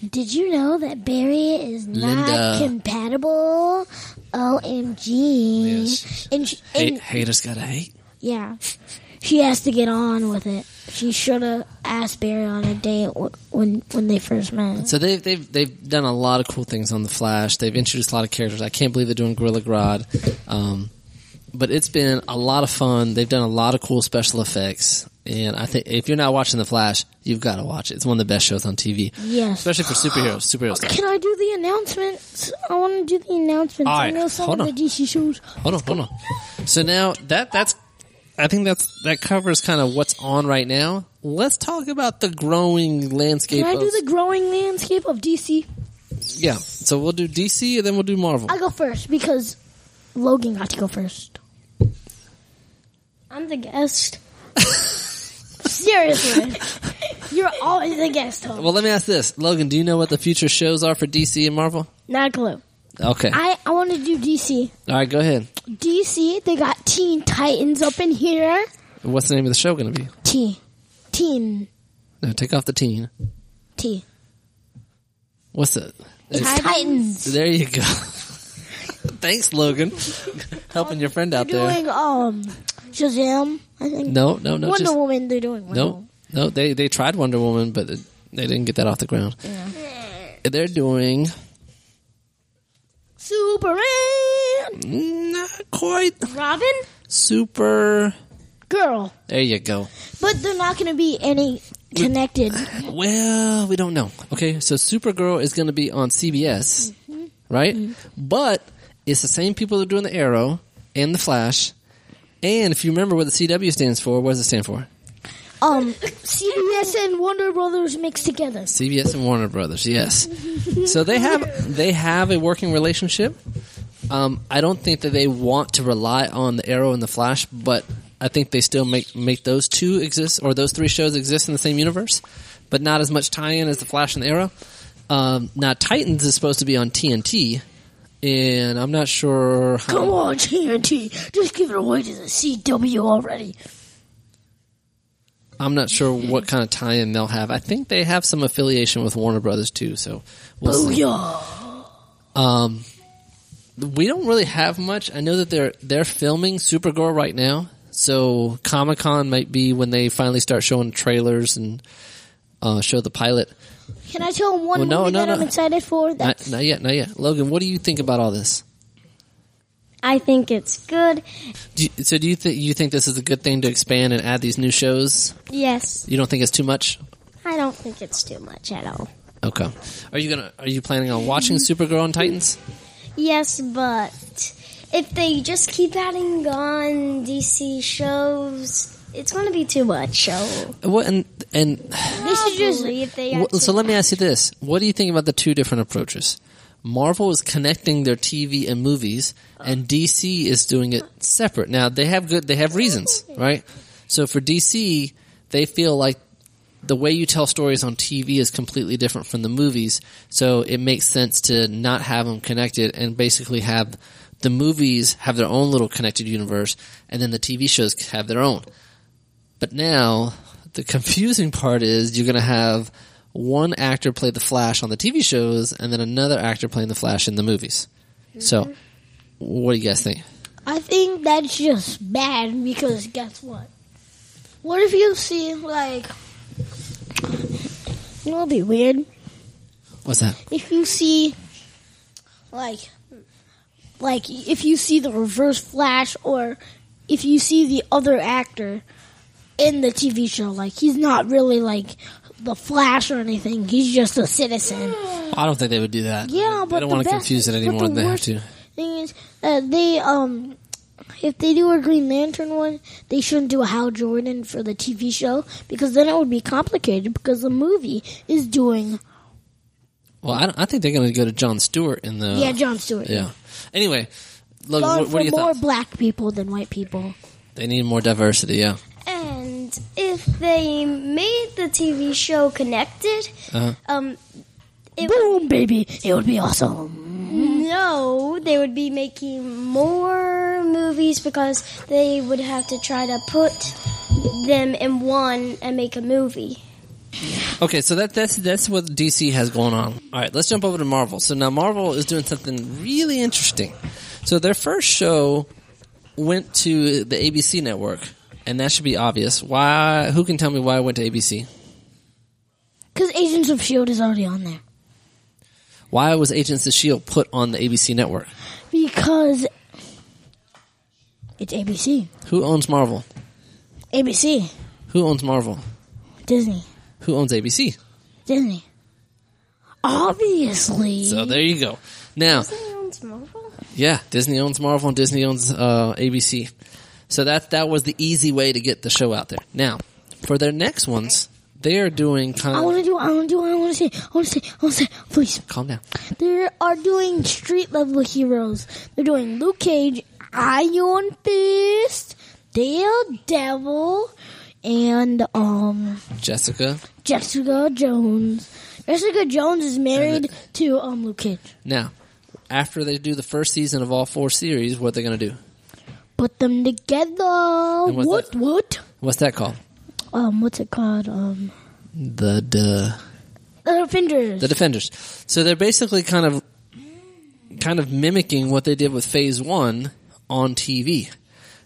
Did you know that Barry is not
Linda.
compatible? OMG.
Yes.
And, she,
Hate,
and
haters gotta hate.
Yeah. She has to get on with it. She should have asked Barry on a date wh- when when they first met.
So they've they've they've done a lot of cool things on the Flash. They've introduced a lot of characters. I can't believe they're doing Gorilla Grodd, um, but it's been a lot of fun. They've done a lot of cool special effects, and I think if you're not watching the Flash, you've got to watch it. It's one of the best shows on TV,
Yes.
especially for superheroes. Superhero stuff.
Can I do the announcements? I want to do the announcements.
All
I
right.
know some
Hold
of
on.
the DC shows.
Hold on, hold on. So now that that's, I think that's that covers kind of what's on right now. Let's talk about the growing landscape.
Can I
of,
do the growing landscape of DC?
yeah. So we'll do DC and then we'll do Marvel.
I go first because Logan got to go first.
I'm the
(laughs)
guest.
Seriously, you're always the guest host.
well, let me ask this, Logan. Do you know what the future shows are for DC and Marvel?
Not a clue.
Okay.
I I want to do DC.
All right. Go ahead.
DC. They got Teen Titans up in here.
What's the name of the show going to be?
T, teen,
No, take off the teen.
T.
What's it?
It's Titans.
There you go. (laughs) Thanks, Logan. (laughs) Helping your friend out
They're
there.
doing um Shazam. I think
No, no, no.
Wonder
just-
Woman. They're doing Wonder
No,
Woman.
no, they they tried Wonder Woman, but it- they didn't get that off the ground. They're doing
Superman,
not quite
Robin,
super.
Girl.
There you go.
But they're not going to be any connected.
Well, we don't know. Okay, so Supergirl is going to be on CBS, right? But it's the same people that are doing the Arrow and the Flash. And if you remember what the CW stands for, what does it stand for?
Um, CBS and Wonder Brothers mixed together.
CBS and Warner Brothers. Yes. so they have they have a working relationship. Um, I don't think that they want to rely on the Arrow and the Flash, but I think they still make make those two exist or those three shows exist in the same universe, but not as much tie-in as the Flash and the Arrow. Um, now Titans is supposed to be on TNT, and I'm not sure. How,
Come on, TNT. Just give it away to the CW already.
I'm not sure what kind of tie-in they'll have. I think they have some affiliation with Warner Brothers too, so we'll see.
Booyah.
Um, we don't really have much. I know that they're they're filming Supergirl right now, so Comic Con might be when they finally start showing trailers and uh, show the pilot.
Can I tell one
Well, no,
movie
no,
that
no.
I'm excited for?
Not,
That's
not yet, not yet. Logan, what do you think about all this?
I think it's good.
Do you, so do you think you think this is a good thing to expand and add these new shows?
Yes,
You don't think it's too much?
I don't think it's too much at all.
Okay. Are you gonna Are you planning on watching Supergirl and Titans?
Yes, but if they just keep adding on DC shows, it's going to be too much. So
What and and
this is just if they
Well,
actually-
so let me ask you this: What do you think about the two different approaches? Marvel is connecting their TV and movies, and DC is doing it separate. Now they have good, they have reasons, right? So for DC, they feel like the way you tell stories on TV is completely different from the movies, so it makes sense to not have them connected and basically have the movies have their own little connected universe, and then the TV shows have their own. But now the (laughs) confusing part is you're going to have one actor play the Flash on the TV shows, and then another actor playing the Flash in the movies. So, what do you guys think?
I think that's just bad because guess what? What if you see like it'll be weird
What's that?
if you see like like if you see the reverse flash or if you see the other actor in the TV show like he's not really like the flash or anything he's just a citizen
I don't think they would do that.
Yeah,
they
but
don't
the
want to
best-
confuse it
but
any more
the
than they have
worst-
to.
thing is uh, they um if they do a Green Lantern one, they shouldn't do a Hal Jordan for the TV show because then it would be complicated because the movie is doing
Well, I, don't- I think they're going to go to John Stewart in the
yeah John Stewart.
Oh, yeah. Anyway, look,
Going
what, what
for
do you
more
think?
black people than white people.
They need more diversity. Yeah,
and if they made the TV show connected,
Uh-huh.
um, it
Boom, baby! It would be awesome.
No, they would be making more movies because they would have to try to put them in one and make a movie.
Okay, so that that's that's what DC has going on. All right, let's jump over to Marvel. So now Marvel is doing something really interesting. So their first show went to the ABC network, and that should be obvious. Why? Who can tell me why it went to ABC?
Because Agents of Shield E is already on there.
Why was Agents of Shield E put on the ABC network?
Because it's ABC.
Who owns Marvel?
ABC.
Who owns Marvel?
Disney.
Who owns ABC?
Disney. Obviously.
So there you go. Now,
Sounds Marvel?
Yeah, Disney owns Marvel and Disney owns uh, ABC. So that that was the easy way to get the show out there. Now, for their next ones, they are doing kind
I
of
want to do. I want to do. I want to say. I want to say. I want to say. Please.
calm down.
They are doing street level heroes. They're doing Luke Cage, Iron Fist, Daredevil, and um
Jessica.
Jessica Jones. Jessica Jones is married
And
to um Luke Cage.
Now, after they do the first season of all four series, what are they going to do?
Put them together.
what's
What?
that?
What?
What's that called?
Um, what's it called? Um,
The duh.
The Avengers.
the defenders. So they're basically kind of kind of mimicking what they did with phase 1 on TV.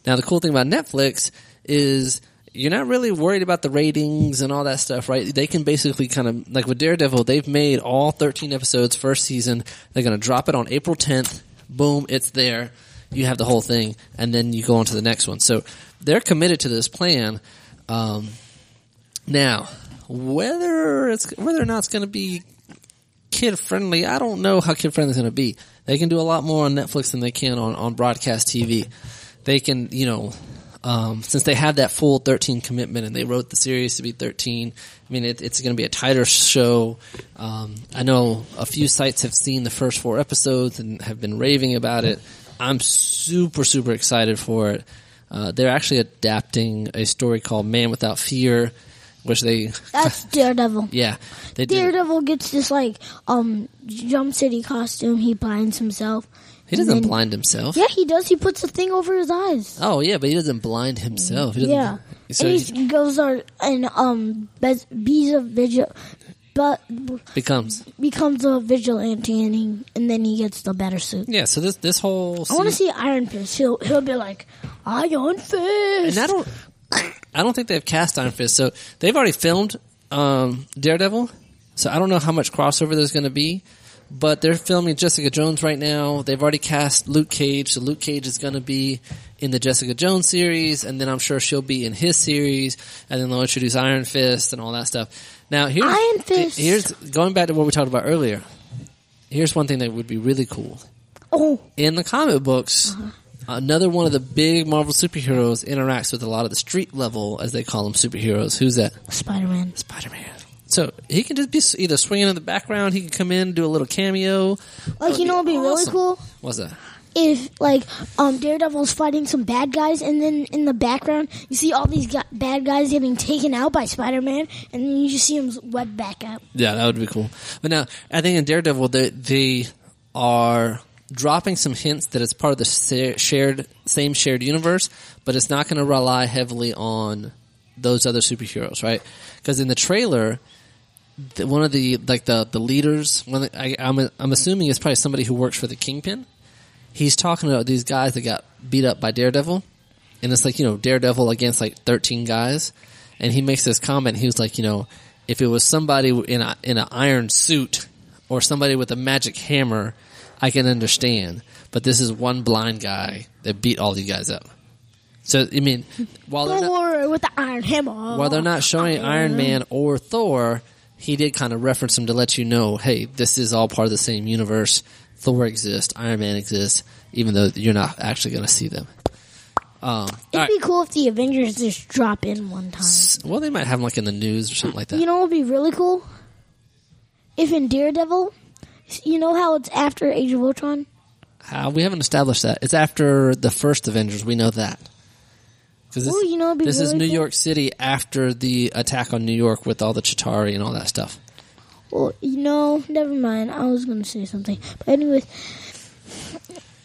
Now the cool thing about Netflix is you're not really worried about the ratings and all that stuff, right? They can basically kind of like with Daredevil, they've made all 13 episodes first season. They're going to drop it on April 10th. Boom, it's there. You have the whole thing and then you go on to the next one. So they're committed to this plan. Um, now, whether it's whether or not it's going to be kid friendly, I don't know how kid friendly it's going to be. They can do a lot more on Netflix than they can on on broadcast TV. They can, you know, um, since they have that full thirteen commitment and they wrote the series to be thirteen. I mean, it, it's going to be a tighter show. Um, I know a few sites have seen the first four episodes and have been raving about it. I'm super super excited for it. Uh, they're actually adapting a story called Man Without Fear, which they (laughs)
That's Daredevil.
yeah they did.
Daredevil gets this like um Jump City costume. He blinds himself.
He doesn't
And then-
blind himself.
Yeah, he does. He puts a thing over his eyes.
Oh yeah, but he doesn't blind himself. He doesn't,
Yeah,
So
and
he
he goes on and um bez- bees a vigil, but
becomes
becomes a vigilante, and he and then he gets the better suit.
yeah. So this this whole
I want to
season-
see Iron Fist. He'll he'll be like Iron Fist.
and I don't I don't think they've cast Iron Fist. So they've already filmed um, Daredevil. So I don't know how much crossover there's going to be, but they're filming Jessica Jones right now. They've already cast Luke Cage, so Luke Cage is going to be in the Jessica Jones series, and then I'm sure she'll be in his series, and then they'll introduce Iron Fist and all that stuff. Now here's
Iron Fist.
here's going back to what we talked about earlier. Here's one thing that would be really cool
oh,
in the comic books, another one of the big Marvel superheroes interacts with a lot of the street level, as they call them, superheroes. Who's that?
Spider Man.
Spider Man. So he can just be s- either swinging in the background, he can come in, do a little cameo.
Like you know, it'd be really
awesome.
cool.
What's that?
if like um Daredevil's fighting some bad guys and then in the background you see all these gu bad guys getting taken out by Spider-Man and then you just see him web back up.
Yeah, that would be cool. But now, I think in Daredevil, they, they are dropping some hints that it's part of the sa- shared, same shared universe, but it's not going to rely heavily on those other superheroes, right? Because in the trailer, the, one of the like the the leaders, one of the, I, I'm I'm assuming it's probably somebody who works for the Kingpin. He's talking about these guys that got beat up by Daredevil, and it's like you know Daredevil against like 13 guys, and he makes this comment. He was like, you know, if it was somebody in a in an iron suit or somebody with a magic hammer, I can understand. But this is one blind guy that beat all these guys up. So I mean, while they're
Don't
not,
worry, with the Iron Hammer.
while they're not showing Iron Man or Thor, he did kind of reference them to let you know, hey, this is all part of the same universe. Thor exists, Iron Man exists, even though you're not actually going to see them. Um, all
It'd
right.
be cool if the Avengers just drop in one time.
Well, they might have them like in the news or something like that.
You know what would be really cool? If in Daredevil, you know how it's after Age of Ultron?
Uh, we haven't established that. It's after the first Avengers. We know that. 'Cause this,
Ooh, you know, it'd be
this is
really
New
cool.
York City after the attack on New York with all the Chitari and all that stuff.
Well, you know, never mind. I was going to say something. But anyways,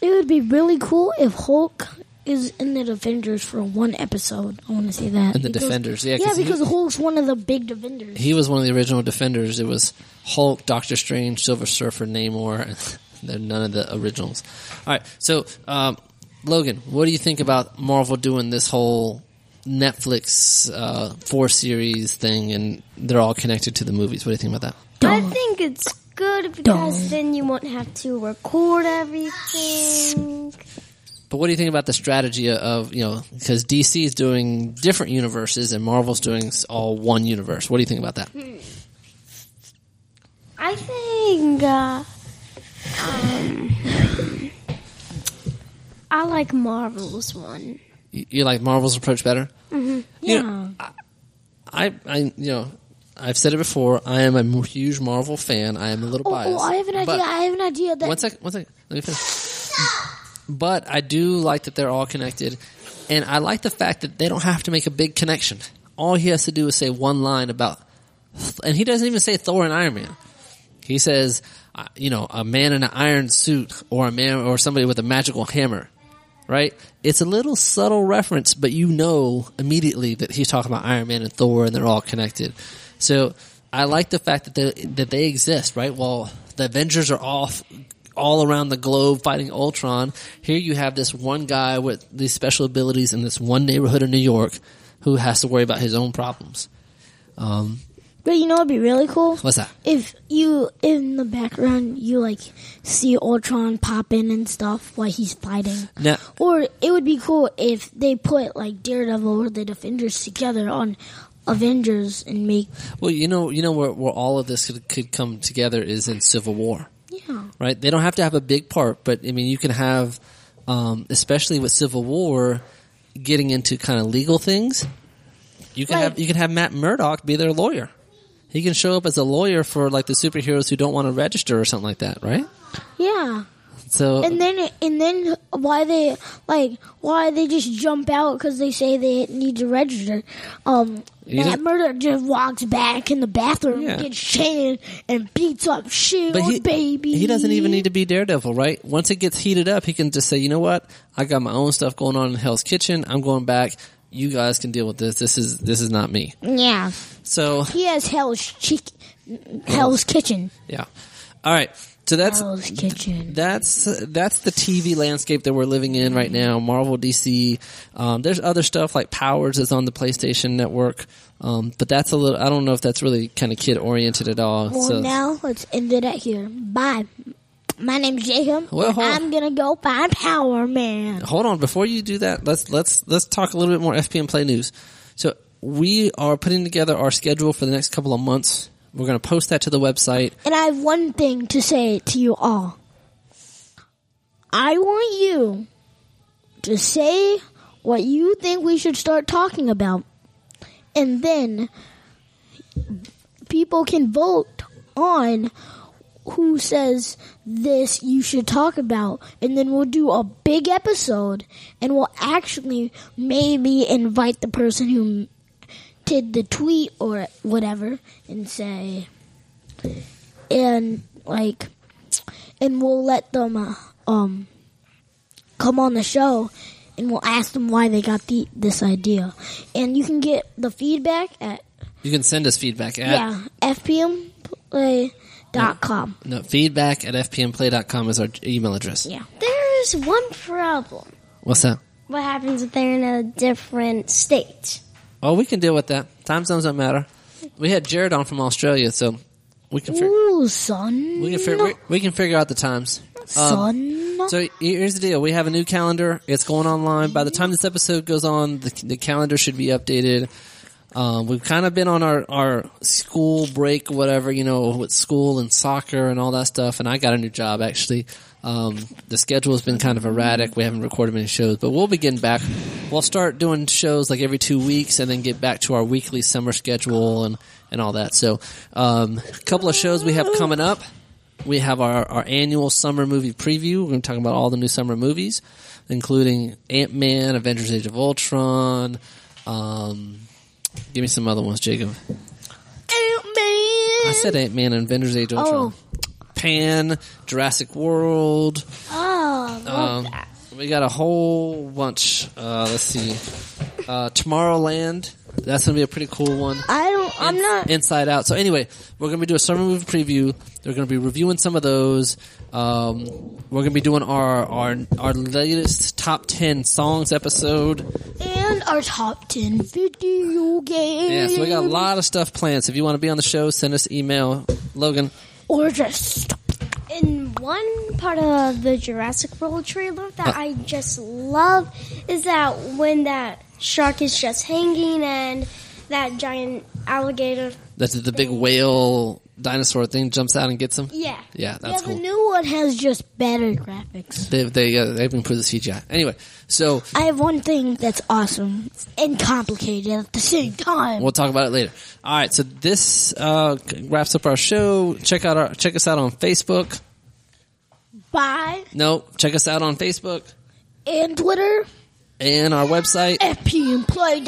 it would be really cool if Hulk is in the Defenders for one episode. I want to see that.
In the Defenders, yeah,
Yeah,
'cause he-
because Hulk's one of the big Defenders.
he was one of the original defenders. It was Hulk, Doctor Strange, Silver Surfer, Namor, and (laughs) they're none of the originals. All right, so um, Logan, what do you think about Marvel doing this whole Netflix uh, four series thing, and they're all connected to the movies? What do you think about that?
I think it's good because then you won't have to record everything.
But what do you think about the strategy of you know because DC is doing different universes and Marvel's doing s- all one universe? What do you think about that?
I think uh, um, (sighs) I like Marvel's one.
You, you like Marvel's approach better?
Mm-hmm.
Yeah.
I, I, you know, I've said it before. I am a m- huge Marvel fan. I am a little
Oh,
biased.
oh, I have an idea.
But-
I have an idea that
one second, one second. Let me finish. But I do like that they're all connected, and I like the fact that they don't have to make a big connection. All he has to do is say one line about, and he doesn't even say Thor and Iron Man. He says, uh, you know, a man in an iron suit, or a man, or somebody with a magical hammer. Right? It's a little subtle reference, but you know immediately that he's talking about Iron Man and Thor, and they're all connected. So I like the fact that they, that they exist. Right? While the Avengers are off all around the globe fighting Ultron, here you have this one guy with these special abilities in this one neighborhood of New York who has to worry about his own problems. Um,
But you know what'd be really cool?
what's that?
If you in the background you like see Ultron popping and stuff while he's fighting.
Now,
Or it would be cool if they put like Daredevil or the Defenders together on Avengers and make
Well, you know, you know where, where all of this could, could come together is in Civil War,
yeah.
right? They don't have to have a big part, but I mean, you can have, um, especially with Civil War, getting into kind of legal things. You can
Right.
have you can have Matt Murdock be their lawyer. He can show up as a lawyer for like the superheroes who don't want to register or something like that, right?
Yeah.
So
And then it- and then why they like why they just jump out cuz they say they need to register. Um
You
Matt
don't-
Murdock just walks back in the bathroom,
Yeah.
gets chained, and beats up Shield,
But he,
baby.
he doesn't even need to be Daredevil, right? Once it gets heated up, he can just say, you know what? I got my own stuff going on in Hell's Kitchen. I'm going back. You guys can deal with this. This is this is not me.
Yeah.
So
He has Hell's Chick- Hell's Kitchen.
yeah, all right. So that's
Hell's Kitchen.
that's that's the TV landscape that we're living in right now. Marvel, DC. Um, there's other stuff like Powers is on the PlayStation Network, um, but that's a little. I don't know if that's really kind of kid oriented at all.
well,
so
now let's end it at here. Bye. My name's Jacob.
Well,
and
hold-
I'm gonna go find Power Man.
hold on before you do that let's let's let's talk a little bit more fpm play news so we are putting together our schedule for the next couple of months we're going to post that to the website
And I have one thing to say to you all. I want you to say what you think we should start talking about, and then people can vote on who says this you should talk about, and then we'll do a big episode, and we'll actually maybe invite the person who did the tweet or whatever and say and like and we'll let them uh, um come on the show and we'll ask them why they got the this idea and you can get the feedback at
you can send us feedback at
yeah fpmplay.com
no feedback at fpmplay.com is our email address
yeah
There's one problem.
what's that
What happens if they're in a different state?
oh we can deal with that time zones don't matter we had jared on from australia so we can fig-
ooh son
we can figure we can figure out the times Um,
son
So here's the deal: we have a new calendar. It's going online. By the time this episode goes on, the, the calendar should be updated. Um, we've kind of been on our, our school break, whatever you know, with school and soccer and all that stuff. And I got a new job actually. Um, the schedule has been kind of erratic. We haven't recorded many shows, but we'll begin back. We'll start doing shows like every two weeks, and then get back to our weekly summer schedule and and all that. So, um, a couple of shows we have coming up. We have our, our annual summer movie preview. We're going to talk about all the new summer movies, including Ant Man, Avengers Age of Ultron. Um, give me some other ones, Jacob. I
Ant-Man.
said Ant Man and Avengers Age of
Oh.
Ultron. Pan, Jurassic World.
oh love
Um,
that.
we got a whole bunch. Uh, let's see. Uh, Tomorrowland. That's going to be a pretty cool one.
i don't i'm not
Inside Out. So anyway, we're going to do a summer movie preview. They're going to be reviewing some of those. Um, we're going to be doing our, our our latest top ten songs episode.
and our top 10 video games
Yeah, so we got a lot of stuff planned. So if you want to be on the show, send us email. Logan,
or just
In one part of the Jurassic World trailer that I just love is that when that shark is just hanging and that giant alligator
that's the big whale dinosaur thing jumps out and gets him.
Yeah.
Yeah, that's
yeah,
cool.
the new one has just better graphics.
they they uh, they've improved the CGI. Anyway, so
I have one thing that's awesome and complicated at the same time.
We'll talk about it later. All right, so this uh, wraps up our show. Check out our check us out on Facebook.
Bye
No, check us out on Facebook
and Twitter
and our website.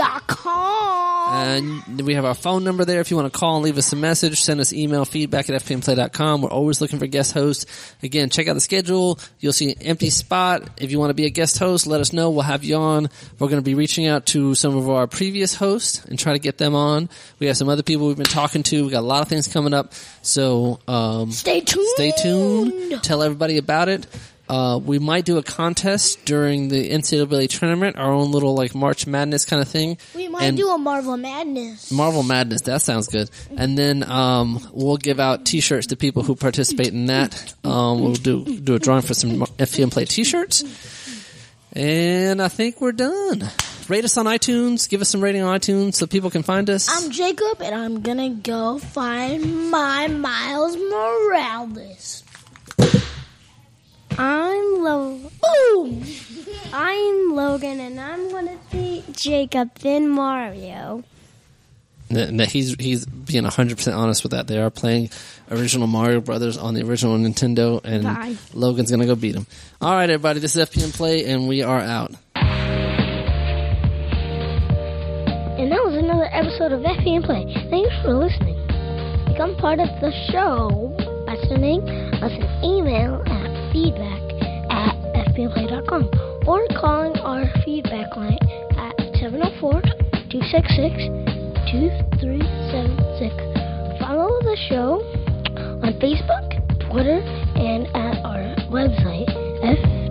fpmplay.com.
And we have our phone number there if you want to call and leave us a message. Send us email feedback at fpmplay.com. We're always looking for guest hosts. Again, check out the schedule. You'll see an empty spot. If you want to be a guest host, let us know. We'll have you on. We're going to be reaching out to some of our previous hosts and try to get them on. We have some other people we've been talking to. We got a lot of things coming up. So, um,
Stay tuned.
stay tuned. Tell everybody about it. Uh, we might do a contest during the NCAA tournament, our own little like March Madness kind of thing.
We might
And
do a Marvel Madness.
Marvel Madness. That sounds good. And then um, we'll give out T-shirts to people who participate in that. Um, we'll do do a drawing for some FPM Play T-shirts. And I think we're done. Rate us on iTunes. Give us some rating on iTunes so people can find us.
I'm Jacob, and I'm gonna go find my Miles Morales.
I'm Lo.
Ooh,
I'm Logan, and I'm gonna be Jacob, then Mario.
N- n- he's he's being hundred percent honest with that. They are playing original Mario Brothers on the original Nintendo, and
Bye.
Logan's gonna go beat him. All right, everybody, this is FPM Play, and we are out.
And that was another episode of Effie and Play. Thanks for listening. Become part of the show by sending us an email at feedback at E fbandplay.com or calling our feedback line at 704-266-2376. Follow the show on Facebook, Twitter, and at our website,